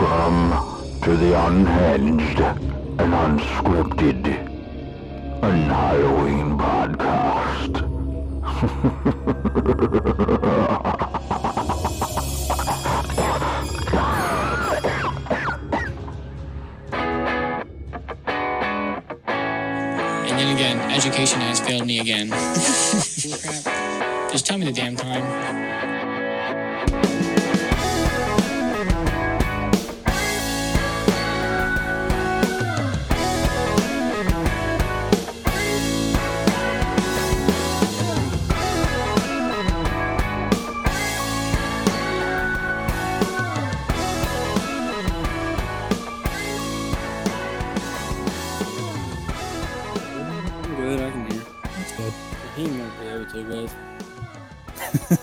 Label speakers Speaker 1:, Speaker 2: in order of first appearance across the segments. Speaker 1: Welcome to the unhinged and unscripted and Halloween podcast.
Speaker 2: And then again, education has failed me again. Crap. Just tell me the damn time.
Speaker 3: I'm good, I can hear.
Speaker 4: That's good.
Speaker 3: He might be able to, guys.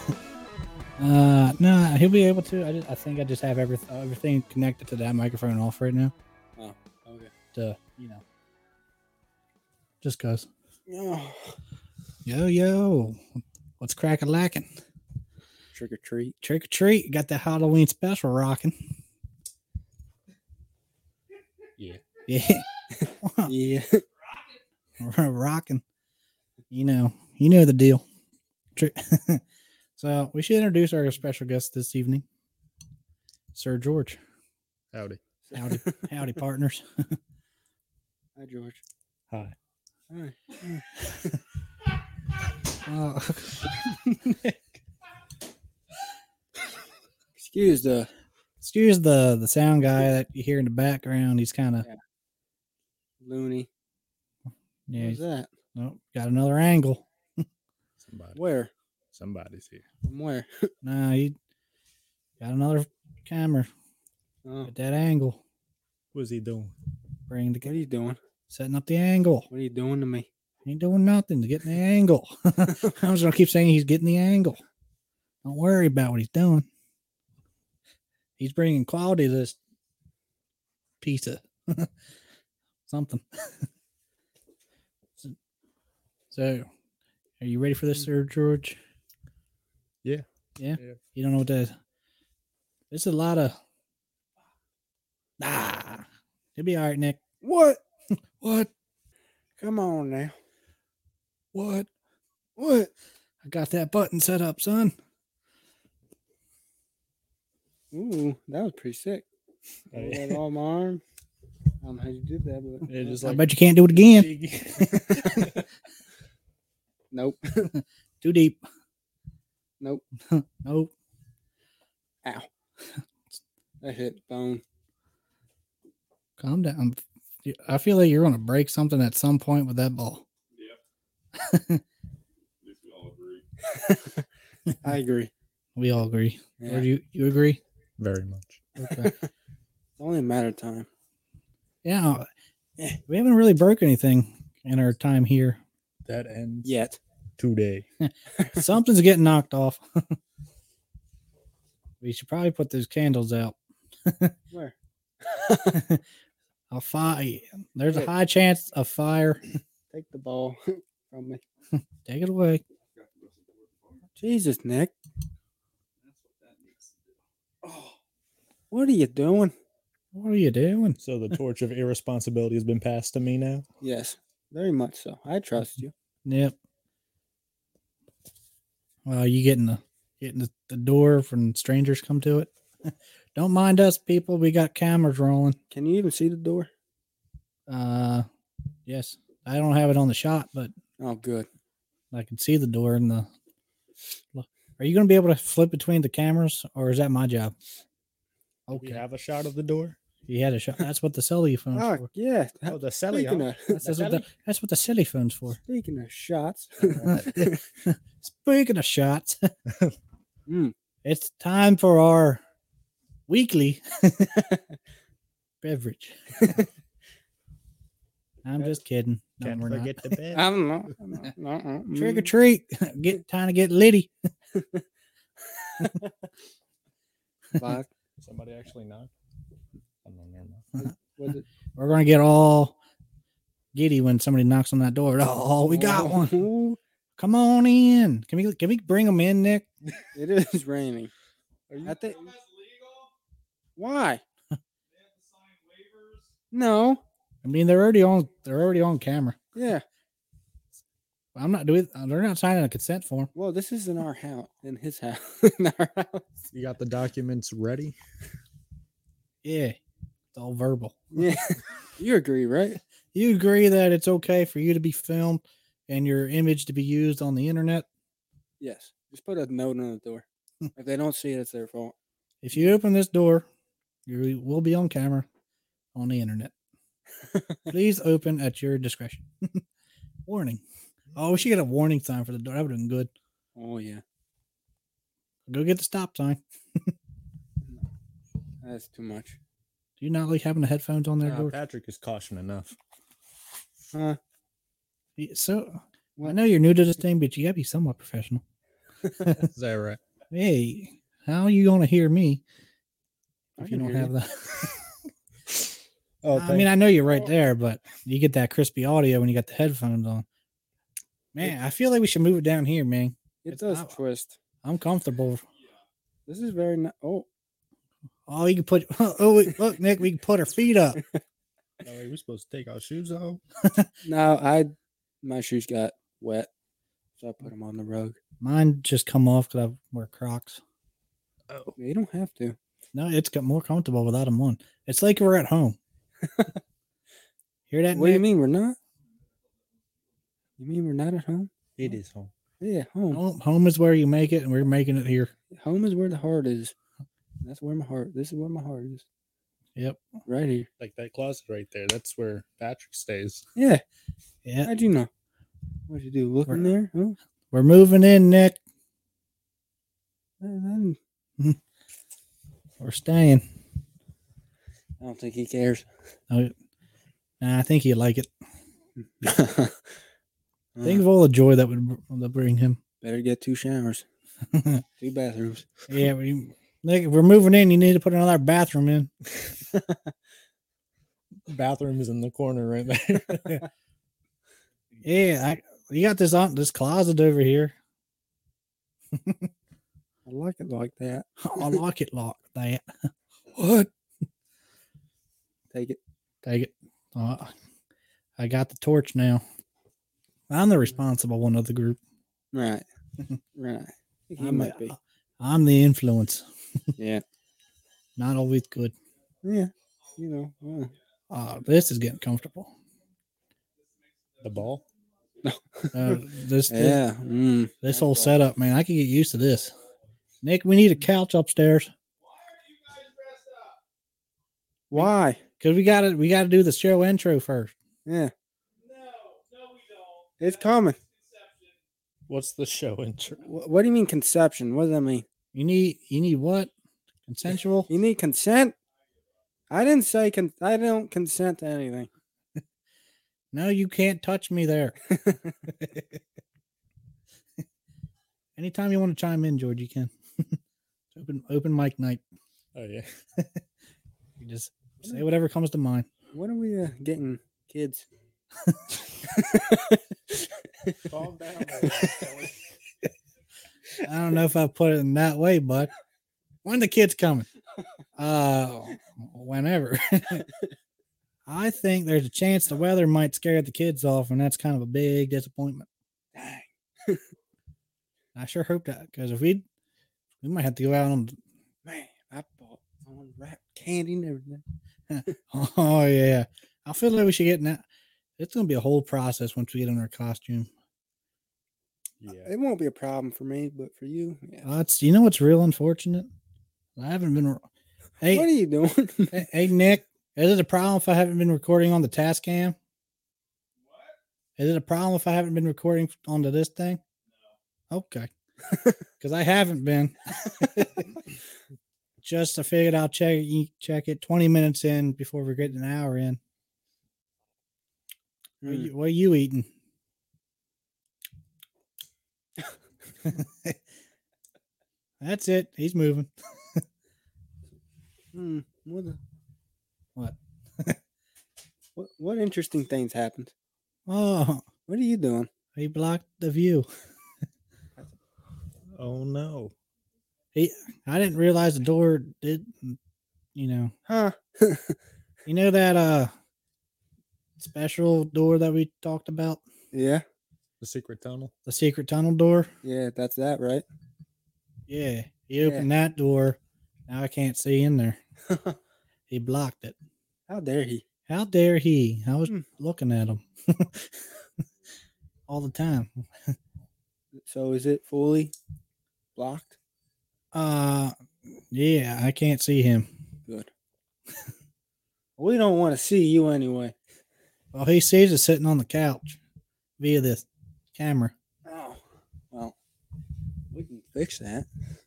Speaker 4: Uh, no, he'll be able to. I, just, I think I just have everything, everything connected to that microphone off right now.
Speaker 3: Oh, okay.
Speaker 4: To you know, just cause.
Speaker 3: Oh,
Speaker 4: Yo yo, what's crack a lacking?
Speaker 3: trick or treat.
Speaker 4: Trick or treat, got that Halloween special rocking.
Speaker 3: Yeah.
Speaker 4: yeah,
Speaker 3: Yeah.
Speaker 4: rocking. You know, you know the deal. Trick. so we should introduce our special guest this evening, Sir George.
Speaker 5: Howdy.
Speaker 4: Howdy, howdy, partners.
Speaker 3: Hi, George.
Speaker 4: Hi.
Speaker 3: Hi.
Speaker 4: Uh,
Speaker 3: Excuse the.
Speaker 4: excuse the the sound guy that you hear in the background. He's kind of
Speaker 3: Loony.
Speaker 4: yeah.
Speaker 3: What's
Speaker 4: he's-
Speaker 3: that?
Speaker 4: Nope, got another angle.
Speaker 5: Somebody.
Speaker 3: Where?
Speaker 5: Somebody's here.
Speaker 3: From where?
Speaker 4: Nah, he got another camera
Speaker 3: Oh,
Speaker 4: at that angle.
Speaker 5: What's he doing?
Speaker 4: Bring the
Speaker 3: what are you doing?
Speaker 4: setting up the angle.
Speaker 3: What are you doing to me?
Speaker 4: Ain't doing nothing to getting the angle. I'm just gonna keep saying he's getting the angle. Don't worry about what he's doing. He's bringing quality to this pizza, something. so, are you ready for this, Sir George?
Speaker 5: Yeah.
Speaker 4: yeah,
Speaker 5: Yeah.
Speaker 4: You don't know what that is. There's a lot of. Ah, it'll be all right, Nick.
Speaker 3: What?
Speaker 4: What?
Speaker 3: Come on now.
Speaker 4: What?
Speaker 3: What?
Speaker 4: I got that button set up, son.
Speaker 3: Ooh, that was pretty sick. I
Speaker 5: Oh, yeah.
Speaker 3: had all my arm. I don't know how you did that, but
Speaker 5: It's just
Speaker 4: I
Speaker 5: like
Speaker 4: bet you can't do it again.
Speaker 3: nope.
Speaker 4: Too deep.
Speaker 3: Nope.
Speaker 4: Nope.
Speaker 3: That hit bone.
Speaker 4: Calm down. I feel like you're gonna break something at some point with that ball.
Speaker 3: I agree.
Speaker 4: We all agree.
Speaker 3: Yeah.
Speaker 4: Or do you, you agree?
Speaker 5: very much.
Speaker 4: Okay.
Speaker 3: It's only a matter of time.
Speaker 4: yeah.
Speaker 3: Yeah.
Speaker 4: We haven't really broke anything in our time here.
Speaker 5: That ends
Speaker 3: Yet.
Speaker 5: today.
Speaker 4: Something's getting knocked off. we should probably put those candles out.
Speaker 3: Where?
Speaker 4: A fire. There's a
Speaker 3: Yeah.
Speaker 4: high chance of fire.
Speaker 3: Take the ball from me.
Speaker 4: Take it away.
Speaker 3: Jesus, Nick. Oh, What are you doing?
Speaker 4: What are you doing?
Speaker 5: So the torch of irresponsibility has been passed to me now.
Speaker 3: Yes, very much so. I trust you.
Speaker 4: Yep. Well, you getting the getting the, the door from strangers come to it. Don't mind us, people. We got cameras rolling.
Speaker 3: Can you even see the door?
Speaker 4: Uh, yes, I don't have it on the shot, but
Speaker 3: Oh, good.
Speaker 4: I can see the door and the. Look, Are you going to be able to flip between the cameras, or is that my job?
Speaker 5: We
Speaker 4: Okay,
Speaker 5: have a shot of the door.
Speaker 4: you had a shot. That's what the celly phone's
Speaker 3: Oh,
Speaker 4: for.
Speaker 3: yeah.
Speaker 5: Oh, the celly.
Speaker 3: Speaking
Speaker 5: Huh?
Speaker 3: of,
Speaker 4: That's, that's what the, that's what the celly phone's for.
Speaker 3: speaking of shots,
Speaker 4: Speaking of shots,
Speaker 3: Mm.
Speaker 4: it's time for our weekly beverage. I'm just kidding. No,
Speaker 5: Can't
Speaker 4: we're not.
Speaker 5: forget the bed.
Speaker 3: I don't know. I don't know. Uh-uh.
Speaker 4: Trick or
Speaker 3: Mm.
Speaker 4: treat. Get time to get litty.
Speaker 3: Five.
Speaker 5: Somebody actually knocked. I don't know, never mind.
Speaker 3: Was it?
Speaker 4: We're gonna get all giddy when somebody knocks on that door. Oh, we got one.
Speaker 3: Ooh,
Speaker 4: Come on in. Can we can we bring them in, Nick?
Speaker 3: It is raining. I think. Why? No.
Speaker 4: I mean, they're already on. They're already on camera.
Speaker 3: Yeah.
Speaker 4: I'm not doing. They're not signing a consent form.
Speaker 3: Well, this is in our house, in his house, in our house.
Speaker 5: You got the documents ready?
Speaker 4: Yeah, it's all verbal.
Speaker 3: Yeah. you agree, right?
Speaker 4: You agree that it's okay for you to be filmed and your image to be used on the internet.
Speaker 3: Yes. Just put a note on the door. if they don't see it, it's their fault.
Speaker 4: If you open this door, you will be on camera on the internet. Please open at your discretion. warning. Oh, we should get a warning sign for the door. That would have been good.
Speaker 3: Oh yeah.
Speaker 4: Go get the stop sign.
Speaker 3: That's too much.
Speaker 4: Do you not like having the headphones on there,
Speaker 5: Nah,
Speaker 4: George?
Speaker 5: Patrick is caution enough.
Speaker 3: Huh?
Speaker 4: Yeah, So I know you're new to this thing, but you gotta be somewhat professional.
Speaker 5: Is that right?
Speaker 4: Hey, how you gonna hear me
Speaker 3: I
Speaker 4: if you
Speaker 3: can
Speaker 4: don't
Speaker 3: hear
Speaker 4: have that?
Speaker 5: Oh,
Speaker 4: I mean, I know you're right there, but you get that crispy audio when you got the headphones on. Man, I feel like we should move it down here, man.
Speaker 3: It
Speaker 4: It's
Speaker 3: does
Speaker 4: not-
Speaker 3: twist.
Speaker 4: I'm comfortable.
Speaker 3: This is very ni- oh
Speaker 4: Oh, you can put. Oh, wait, look, Nick, we can put our feet up.
Speaker 5: no, wait, we're supposed to take our shoes off.
Speaker 3: no, I my shoes got wet, so I put them on the rug.
Speaker 4: Mine just come off because I wear Crocs. Oh.
Speaker 3: You don't have to.
Speaker 4: No, it's got more comfortable without them on. It's like we're at home. Hear that?
Speaker 3: What do you
Speaker 4: Nick?
Speaker 3: mean we're not? You mean we're not at home?
Speaker 5: It is home.
Speaker 3: Yeah, home.
Speaker 4: Home, home is where you make it, and we're making it here.
Speaker 3: Home is where the heart is. That's where my heart. This is where my heart is.
Speaker 4: Yep.
Speaker 3: Right here.
Speaker 5: Like that closet right there. That's where Patrick stays.
Speaker 3: Yeah.
Speaker 4: Yeah,
Speaker 3: How'd you know? What'd you do? Look in there? Huh?
Speaker 4: we're moving in, Nick.
Speaker 3: And then-
Speaker 4: We're staying.
Speaker 3: I don't think he cares.
Speaker 4: Oh, nah, I think he'd like it.
Speaker 3: Uh,
Speaker 4: Think of all the joy that would br- that bring him.
Speaker 3: better get two showers, two bathrooms.
Speaker 4: yeah, we, Nick, if we're moving in. You need to put another bathroom in.
Speaker 5: Bathroom is in the corner right there.
Speaker 4: Yeah, I, you got this on this closet over here.
Speaker 3: I like it like that.
Speaker 4: I like it like that. What?
Speaker 3: Take it.
Speaker 4: Take it. Uh, I got the torch now. I'm the responsible one of the group.
Speaker 3: Right. right. He
Speaker 4: I'm
Speaker 3: might be.
Speaker 4: the, I'm the influence.
Speaker 3: Yeah.
Speaker 4: Not always good.
Speaker 3: Yeah. You know. well,
Speaker 4: Uh, this is getting comfortable.
Speaker 5: the ball.
Speaker 4: Uh, this, this
Speaker 3: yeah. Mm.
Speaker 4: this whole setup, man, I could get used to this. Nick, we need a couch upstairs
Speaker 3: Why?
Speaker 4: because we got to we got to do the show intro first.
Speaker 3: Yeah. It's coming.
Speaker 5: What's the show intro?
Speaker 3: Wh- What do you mean conception? What does that mean?
Speaker 4: You need you need what? Consensual?
Speaker 3: You need consent. I didn't say con- I don't consent to anything.
Speaker 4: No, you can't touch me there. Anytime you want to chime in, George, you can. It's open open mic night.
Speaker 5: Oh yeah.
Speaker 4: You just say whatever comes to mind.
Speaker 3: What are we uh, getting, kids?
Speaker 5: Calm down.
Speaker 4: I don't know if I put it in that way, but when the kids coming? Uh whenever. I think there's a chance the weather might scare the kids off, and that's kind of a big disappointment. Dang. I sure hope that because if we we might have to go out on
Speaker 3: Man, I bought on wrapped candy and everything.
Speaker 4: Oh yeah, I feel like we should get now. It's gonna be a whole process once we get in our costume.
Speaker 5: yeah.
Speaker 3: It won't be a problem for me, but for you, yeah.
Speaker 4: Uh, it's you know what's real unfortunate. I haven't been.
Speaker 3: What
Speaker 4: Hey,
Speaker 3: are you doing?
Speaker 4: hey, hey, Nick, is it a problem if I haven't been recording on the task cam? Is it a problem if I haven't been recording onto this thing? Okay, because I haven't been. Just I figured I'll check it- check it twenty minutes in before we get an hour in. What
Speaker 3: Mm.
Speaker 4: you, what you eating? That's it. He's moving.
Speaker 3: Mm, what, the-
Speaker 4: What?
Speaker 3: what? What interesting things happened?
Speaker 4: Oh,
Speaker 3: What are you doing?
Speaker 4: he blocked the view.
Speaker 5: Oh no.
Speaker 4: I didn't realize the door did. You know,
Speaker 3: Huh?
Speaker 4: you know that uh special door that we talked about?
Speaker 3: Yeah.
Speaker 5: The secret tunnel.
Speaker 4: The secret tunnel door?
Speaker 3: Yeah, that's that, right?
Speaker 4: Yeah. He opened that door. Now I can't see in there. he blocked it.
Speaker 3: How dare he?
Speaker 4: How dare he? I was
Speaker 3: Hmm.
Speaker 4: looking at him all the time.
Speaker 3: So is it fully blocked?
Speaker 4: Uh yeah, I can't see him.
Speaker 3: Good. we don't want to see you anyway.
Speaker 4: Well, he sees us sitting on the couch via this camera.
Speaker 3: Oh. Well, we can fix that.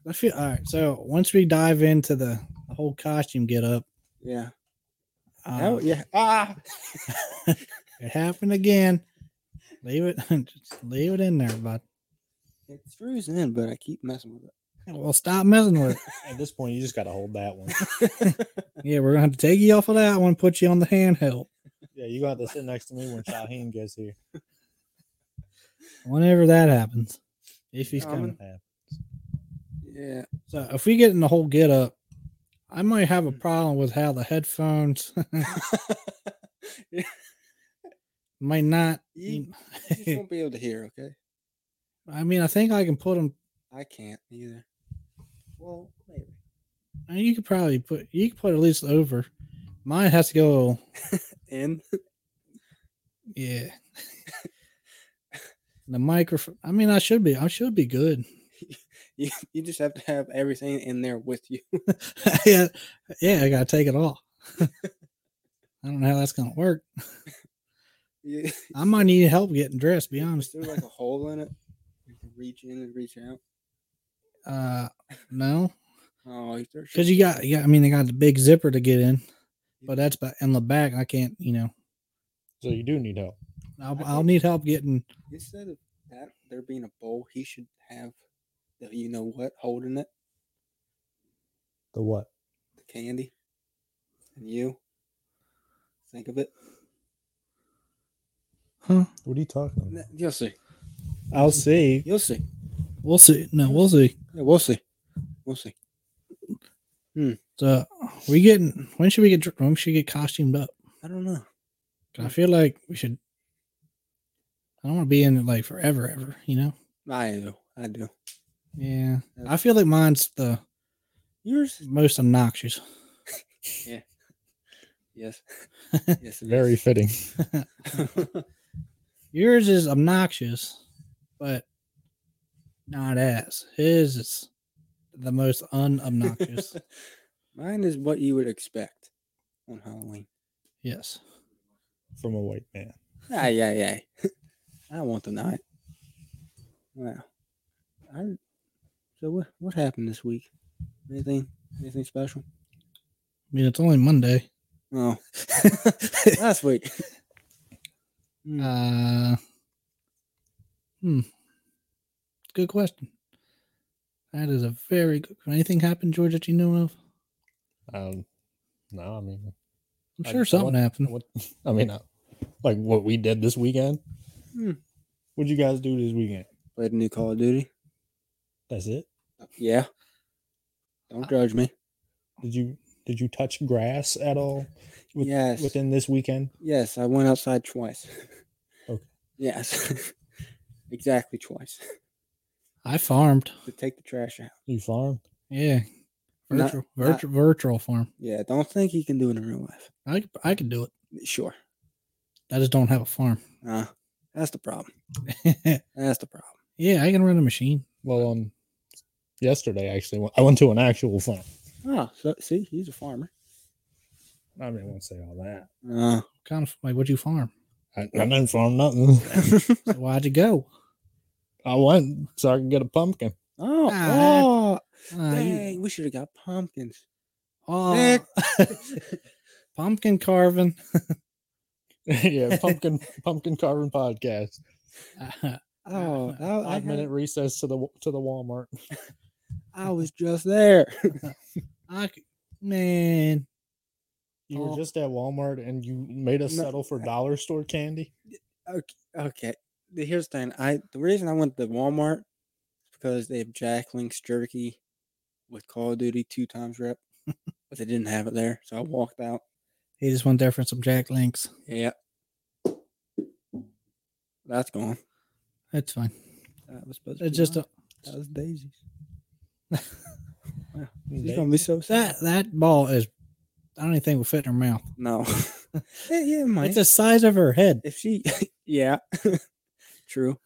Speaker 4: I feel all right. So once we dive into the, the whole costume get up,
Speaker 3: Yeah.
Speaker 4: uh,
Speaker 3: That- yeah. Ah.
Speaker 4: it happened again. Leave it, just leave it in there, bud.
Speaker 3: It screws in, but I keep messing with it.
Speaker 4: Well, stop messing with it.
Speaker 5: At this point, you just got to hold that one.
Speaker 4: Yeah, we're gonna have to take you off of that one, put you on the handheld.
Speaker 5: yeah, you got to sit next to me when Shaheen gets here.
Speaker 4: Whenever that happens, if
Speaker 5: Um,
Speaker 4: he's
Speaker 3: Coming.
Speaker 4: coming.
Speaker 5: Yeah.
Speaker 3: Yeah.
Speaker 4: So if we get in the whole get up, I might have a problem with how the headphones might not.
Speaker 3: you, you just won't be able to hear, okay?
Speaker 4: I mean, I think I can put them.
Speaker 3: I can't either. Well, maybe.
Speaker 4: You could probably put. You could put at least over. Mine has to go
Speaker 3: In?
Speaker 4: Yeah. the microphone. I mean, I should be. I should be good.
Speaker 3: You, you just have to have everything in there with you.
Speaker 4: yeah, yeah. I gotta take it all. I don't know how that's gonna work.
Speaker 3: You,
Speaker 4: I might need help getting dressed. Be
Speaker 3: is
Speaker 4: honest.
Speaker 3: there like a hole in it? You can reach in and reach out.
Speaker 4: Uh, no,
Speaker 3: Oh, there should
Speaker 4: because you got. Yeah, I mean, they got the big zipper to get in, but that's ba- in the back. I can't. You know,
Speaker 5: So you do need help.
Speaker 4: I'll,
Speaker 3: I
Speaker 4: I'll
Speaker 3: think-
Speaker 4: need help getting.
Speaker 3: Instead of that there being a bowl, he should have the you know what holding it,
Speaker 5: The what?
Speaker 3: the candy, and you. Think of it.
Speaker 4: Huh?
Speaker 5: What are you talking about?
Speaker 3: N- You'll see.
Speaker 5: I'll see.
Speaker 3: You'll see.
Speaker 4: We'll see. No, we'll see.
Speaker 3: Yeah, we'll see. We'll see.
Speaker 4: So we getting. When should we get? dr- When should we get costumed up?
Speaker 3: I don't know.
Speaker 4: 'Cause I feel like we should. I don't want to be in it like forever, ever. You know.
Speaker 3: I do. I do.
Speaker 4: Yeah,
Speaker 3: That's-
Speaker 4: I feel like mine's the
Speaker 3: Yours?
Speaker 4: most obnoxious.
Speaker 3: Yes. yes. it
Speaker 5: Very
Speaker 3: is.
Speaker 5: fitting.
Speaker 4: Yours is obnoxious, but not as his is the most unobnoxious.
Speaker 3: Mine is what you would expect on Halloween.
Speaker 4: yes,
Speaker 5: from a white man.
Speaker 3: Aye, yeah, yeah. I don't want the night. Wow. I, so what what happened this week? Anything anything special?
Speaker 4: I mean it's only Monday.
Speaker 3: Oh, last week. Hmm.
Speaker 4: uh, hmm, good question. That is a very good. Anything happened, George, that you know of?
Speaker 5: Um, no, I mean,
Speaker 4: I'm
Speaker 5: I-
Speaker 4: sure
Speaker 5: I
Speaker 4: something
Speaker 5: want-
Speaker 4: happened.
Speaker 5: what? I mean, uh, like what we did this weekend.
Speaker 3: Hmm.
Speaker 5: What'd you guys do this weekend?
Speaker 3: Played a new Call of Duty.
Speaker 5: That's it.
Speaker 3: Yeah. Don't judge me.
Speaker 5: Did you did you touch grass at all with-
Speaker 3: yes.
Speaker 5: within this weekend?
Speaker 3: Yes, I went outside twice.
Speaker 5: Okay.
Speaker 3: Yes. exactly twice.
Speaker 4: I farmed.
Speaker 3: To take the trash out.
Speaker 5: You farm?
Speaker 4: Yeah,
Speaker 3: Not-
Speaker 4: virtual,
Speaker 3: not-
Speaker 4: virtual, virtual farm.
Speaker 3: Yeah, don't think you can do it in real life.
Speaker 4: I c- I could do it.
Speaker 3: Sure.
Speaker 4: I just don't have a farm.
Speaker 3: Uh, that's the problem. That's the problem.
Speaker 4: yeah, I can run a machine.
Speaker 5: Well, um, yesterday actually, I went to an actual farm.
Speaker 3: Oh, so see, he's a farmer.
Speaker 5: I mean, I won't say all that.
Speaker 3: Uh,
Speaker 4: Kind of like what'd you farm?
Speaker 5: I, I didn't farm nothing.
Speaker 4: So why'd you go?
Speaker 5: I went so I could get a pumpkin.
Speaker 3: oh,
Speaker 4: Ah,
Speaker 3: oh,
Speaker 4: Uh, you-
Speaker 3: dang, we should have got pumpkins.
Speaker 4: oh, pumpkin carving.
Speaker 5: yeah, pumpkin pumpkin carving podcast.
Speaker 3: Oh, I, I,
Speaker 5: Five minute
Speaker 3: had,
Speaker 5: recess to the to the Walmart.
Speaker 3: I was just there.
Speaker 4: I c- man,
Speaker 5: You
Speaker 4: Oh.
Speaker 5: were just at Walmart and you made us
Speaker 3: No.
Speaker 5: settle for dollar store candy.
Speaker 3: okay, the- here's the thing. I the reason I went to Walmart is because they have Jack Link's jerky with Call of Duty two times rep, but they didn't have it there, so I walked out.
Speaker 4: he just went there for some Jack Links.
Speaker 3: Yeah, That's gone.
Speaker 4: That's fine.
Speaker 3: That was supposed. to
Speaker 4: It's
Speaker 3: be
Speaker 4: just
Speaker 3: mine.
Speaker 4: a,
Speaker 3: that was Daisy's. She's
Speaker 5: They-
Speaker 3: gonna be so sad.
Speaker 4: that that ball is. I don't even think will fit in her mouth.
Speaker 3: No. yeah, yeah, it might.
Speaker 4: It's the size of her head.
Speaker 3: if she, yeah, true.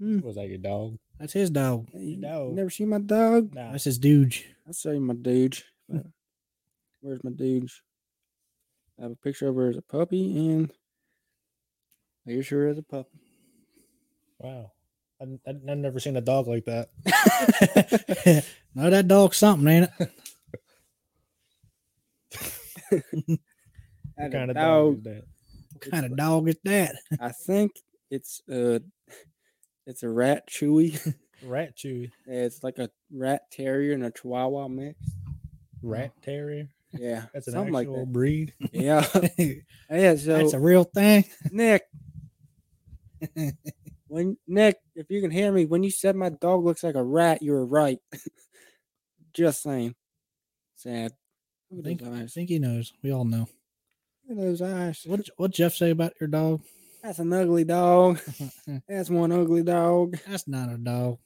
Speaker 5: Was that your dog?
Speaker 4: That's his dog.
Speaker 3: You
Speaker 5: No.
Speaker 3: Never seen my dog.
Speaker 5: Nah.
Speaker 4: That's his dude.
Speaker 3: I say my dude. Where's my dude? I have a picture of her as a puppy, and here's her as a puppy.
Speaker 5: Wow. I, I, I've never seen a dog like that.
Speaker 4: no, that dog's something, ain't it?
Speaker 3: That
Speaker 5: What
Speaker 3: a
Speaker 5: kind of
Speaker 3: dog.
Speaker 5: dog is that?
Speaker 4: What kind of dog is that?
Speaker 3: I think it's a it's a rat chewy.
Speaker 5: Rat chewy.
Speaker 3: It's like a rat terrier and a chihuahua mix.
Speaker 5: Rat terrier.
Speaker 3: Yeah,
Speaker 5: That's an
Speaker 3: something like
Speaker 5: actual breed.
Speaker 3: that. Yeah,
Speaker 4: That's
Speaker 3: yeah. So
Speaker 4: a real thing.
Speaker 3: Nick, when Nick, if you can hear me, when you said my dog looks like a rat, you were right. Just saying. Sad. Look at
Speaker 4: think,
Speaker 3: those
Speaker 4: I
Speaker 3: eyes.
Speaker 4: think he knows. We all know.
Speaker 3: Look at those eyes.
Speaker 4: What what Jeff say about your dog?
Speaker 3: That's an ugly dog. That's one ugly dog.
Speaker 4: That's not a dog.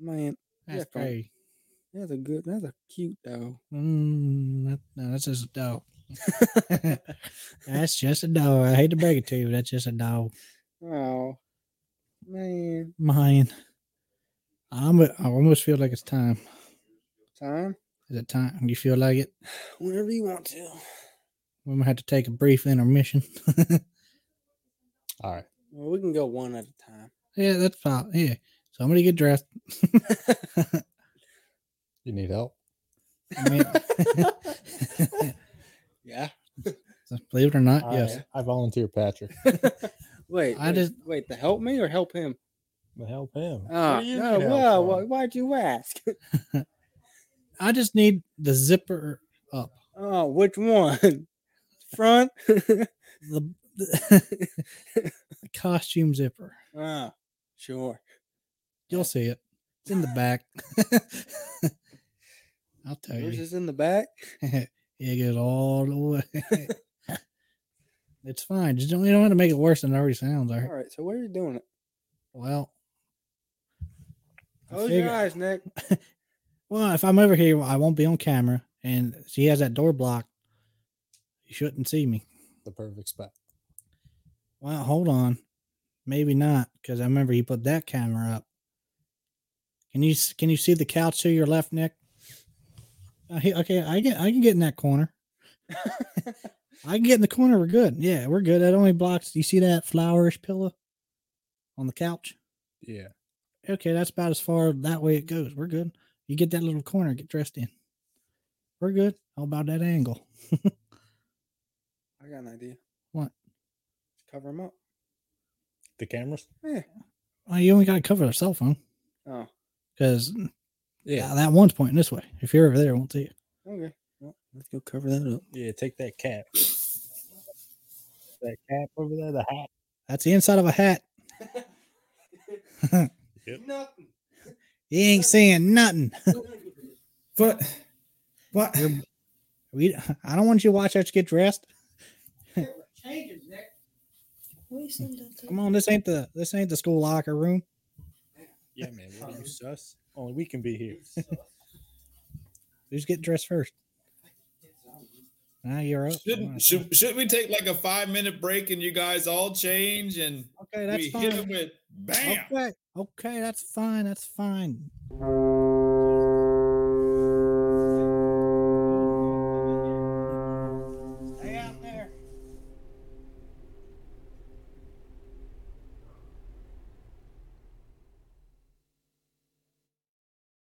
Speaker 3: Man,
Speaker 4: That's
Speaker 3: Jeff don't-
Speaker 4: crazy.
Speaker 3: that's a good. That's a cute dog.
Speaker 4: Mm, that, no, that's just a dog. that's just a dog. I hate to break it to you, but that's just a dog.
Speaker 3: Oh, man.
Speaker 4: Mine. I'm, I almost feel like it's time.
Speaker 3: Time.
Speaker 4: Is it time? You feel like it?
Speaker 3: Whenever you want to.
Speaker 4: We might have to take a brief intermission.
Speaker 5: All right.
Speaker 3: Well, we can go one at a time.
Speaker 4: yeah, that's fine. Yeah. Somebody get dressed.
Speaker 5: You need help?
Speaker 4: I mean,
Speaker 3: Yeah.
Speaker 4: believe it or not,
Speaker 5: I,
Speaker 4: Uh, yes.
Speaker 5: I volunteer Patrick.
Speaker 3: Wait.
Speaker 4: I
Speaker 3: wait,
Speaker 4: just-
Speaker 3: wait to help me or help him.
Speaker 5: But help him.
Speaker 3: Oh,
Speaker 5: you
Speaker 3: no,
Speaker 5: can help
Speaker 3: well,
Speaker 5: from.
Speaker 3: why, why'd you ask?
Speaker 4: I just need the zipper up.
Speaker 3: Oh, which one? Front?
Speaker 4: The, the costume zipper.
Speaker 3: oh, sure.
Speaker 4: You'll see it. It's in the back. I'll tell
Speaker 3: Yours
Speaker 4: you.
Speaker 3: is in the back.
Speaker 4: it goes all the way. it's fine. Just don't, you don't want to make it worse than it already sounds. All
Speaker 3: All
Speaker 4: right.
Speaker 3: right, so where are you doing it?
Speaker 4: Well, I
Speaker 3: Close
Speaker 4: figure-
Speaker 3: your eyes, Nick.
Speaker 4: well, if I'm over here, I won't be on camera. And she has that door blocked. You shouldn't see me.
Speaker 5: The perfect spot.
Speaker 4: Well, hold on. Maybe not, because I remember he put that camera up. Can you s- can you see the couch to your left, Nick? Uh, he- okay, I get I can get in that corner. I can get in the corner. We're good. Yeah, we're good. That only blocks. Do you see that flowerish pillow on the couch?
Speaker 5: Yeah.
Speaker 4: Okay, that's about as far that way it goes. We're good. You get that little corner. Get dressed in. We're good. How about that angle?
Speaker 3: I got an idea.
Speaker 4: What?
Speaker 3: Just cover him up.
Speaker 5: The cameras?
Speaker 4: Well, you only got to cover the cell phone
Speaker 3: Oh,
Speaker 4: because that one's pointing this way. If you're over there, it won't see you.
Speaker 3: okay. Well, let's go cover that up.
Speaker 5: Yeah, take that cap. That cap over there, the hat.
Speaker 4: That's the inside of a hat.
Speaker 3: Nothing.
Speaker 4: He ain't saying nothing.
Speaker 6: But what?
Speaker 4: We, I don't want you to watch us get dressed. Come on, this ain't the this ain't the school locker room.
Speaker 5: Yeah, man. What are you sus? Only we can be here.
Speaker 4: Who's getting dressed first? Now you're up.
Speaker 6: Shouldn't should, should we take like a five minute break and you guys all change and
Speaker 4: okay, that's
Speaker 6: we hit
Speaker 4: fine.
Speaker 6: them with bam?
Speaker 4: Okay, okay, that's fine. That's fine.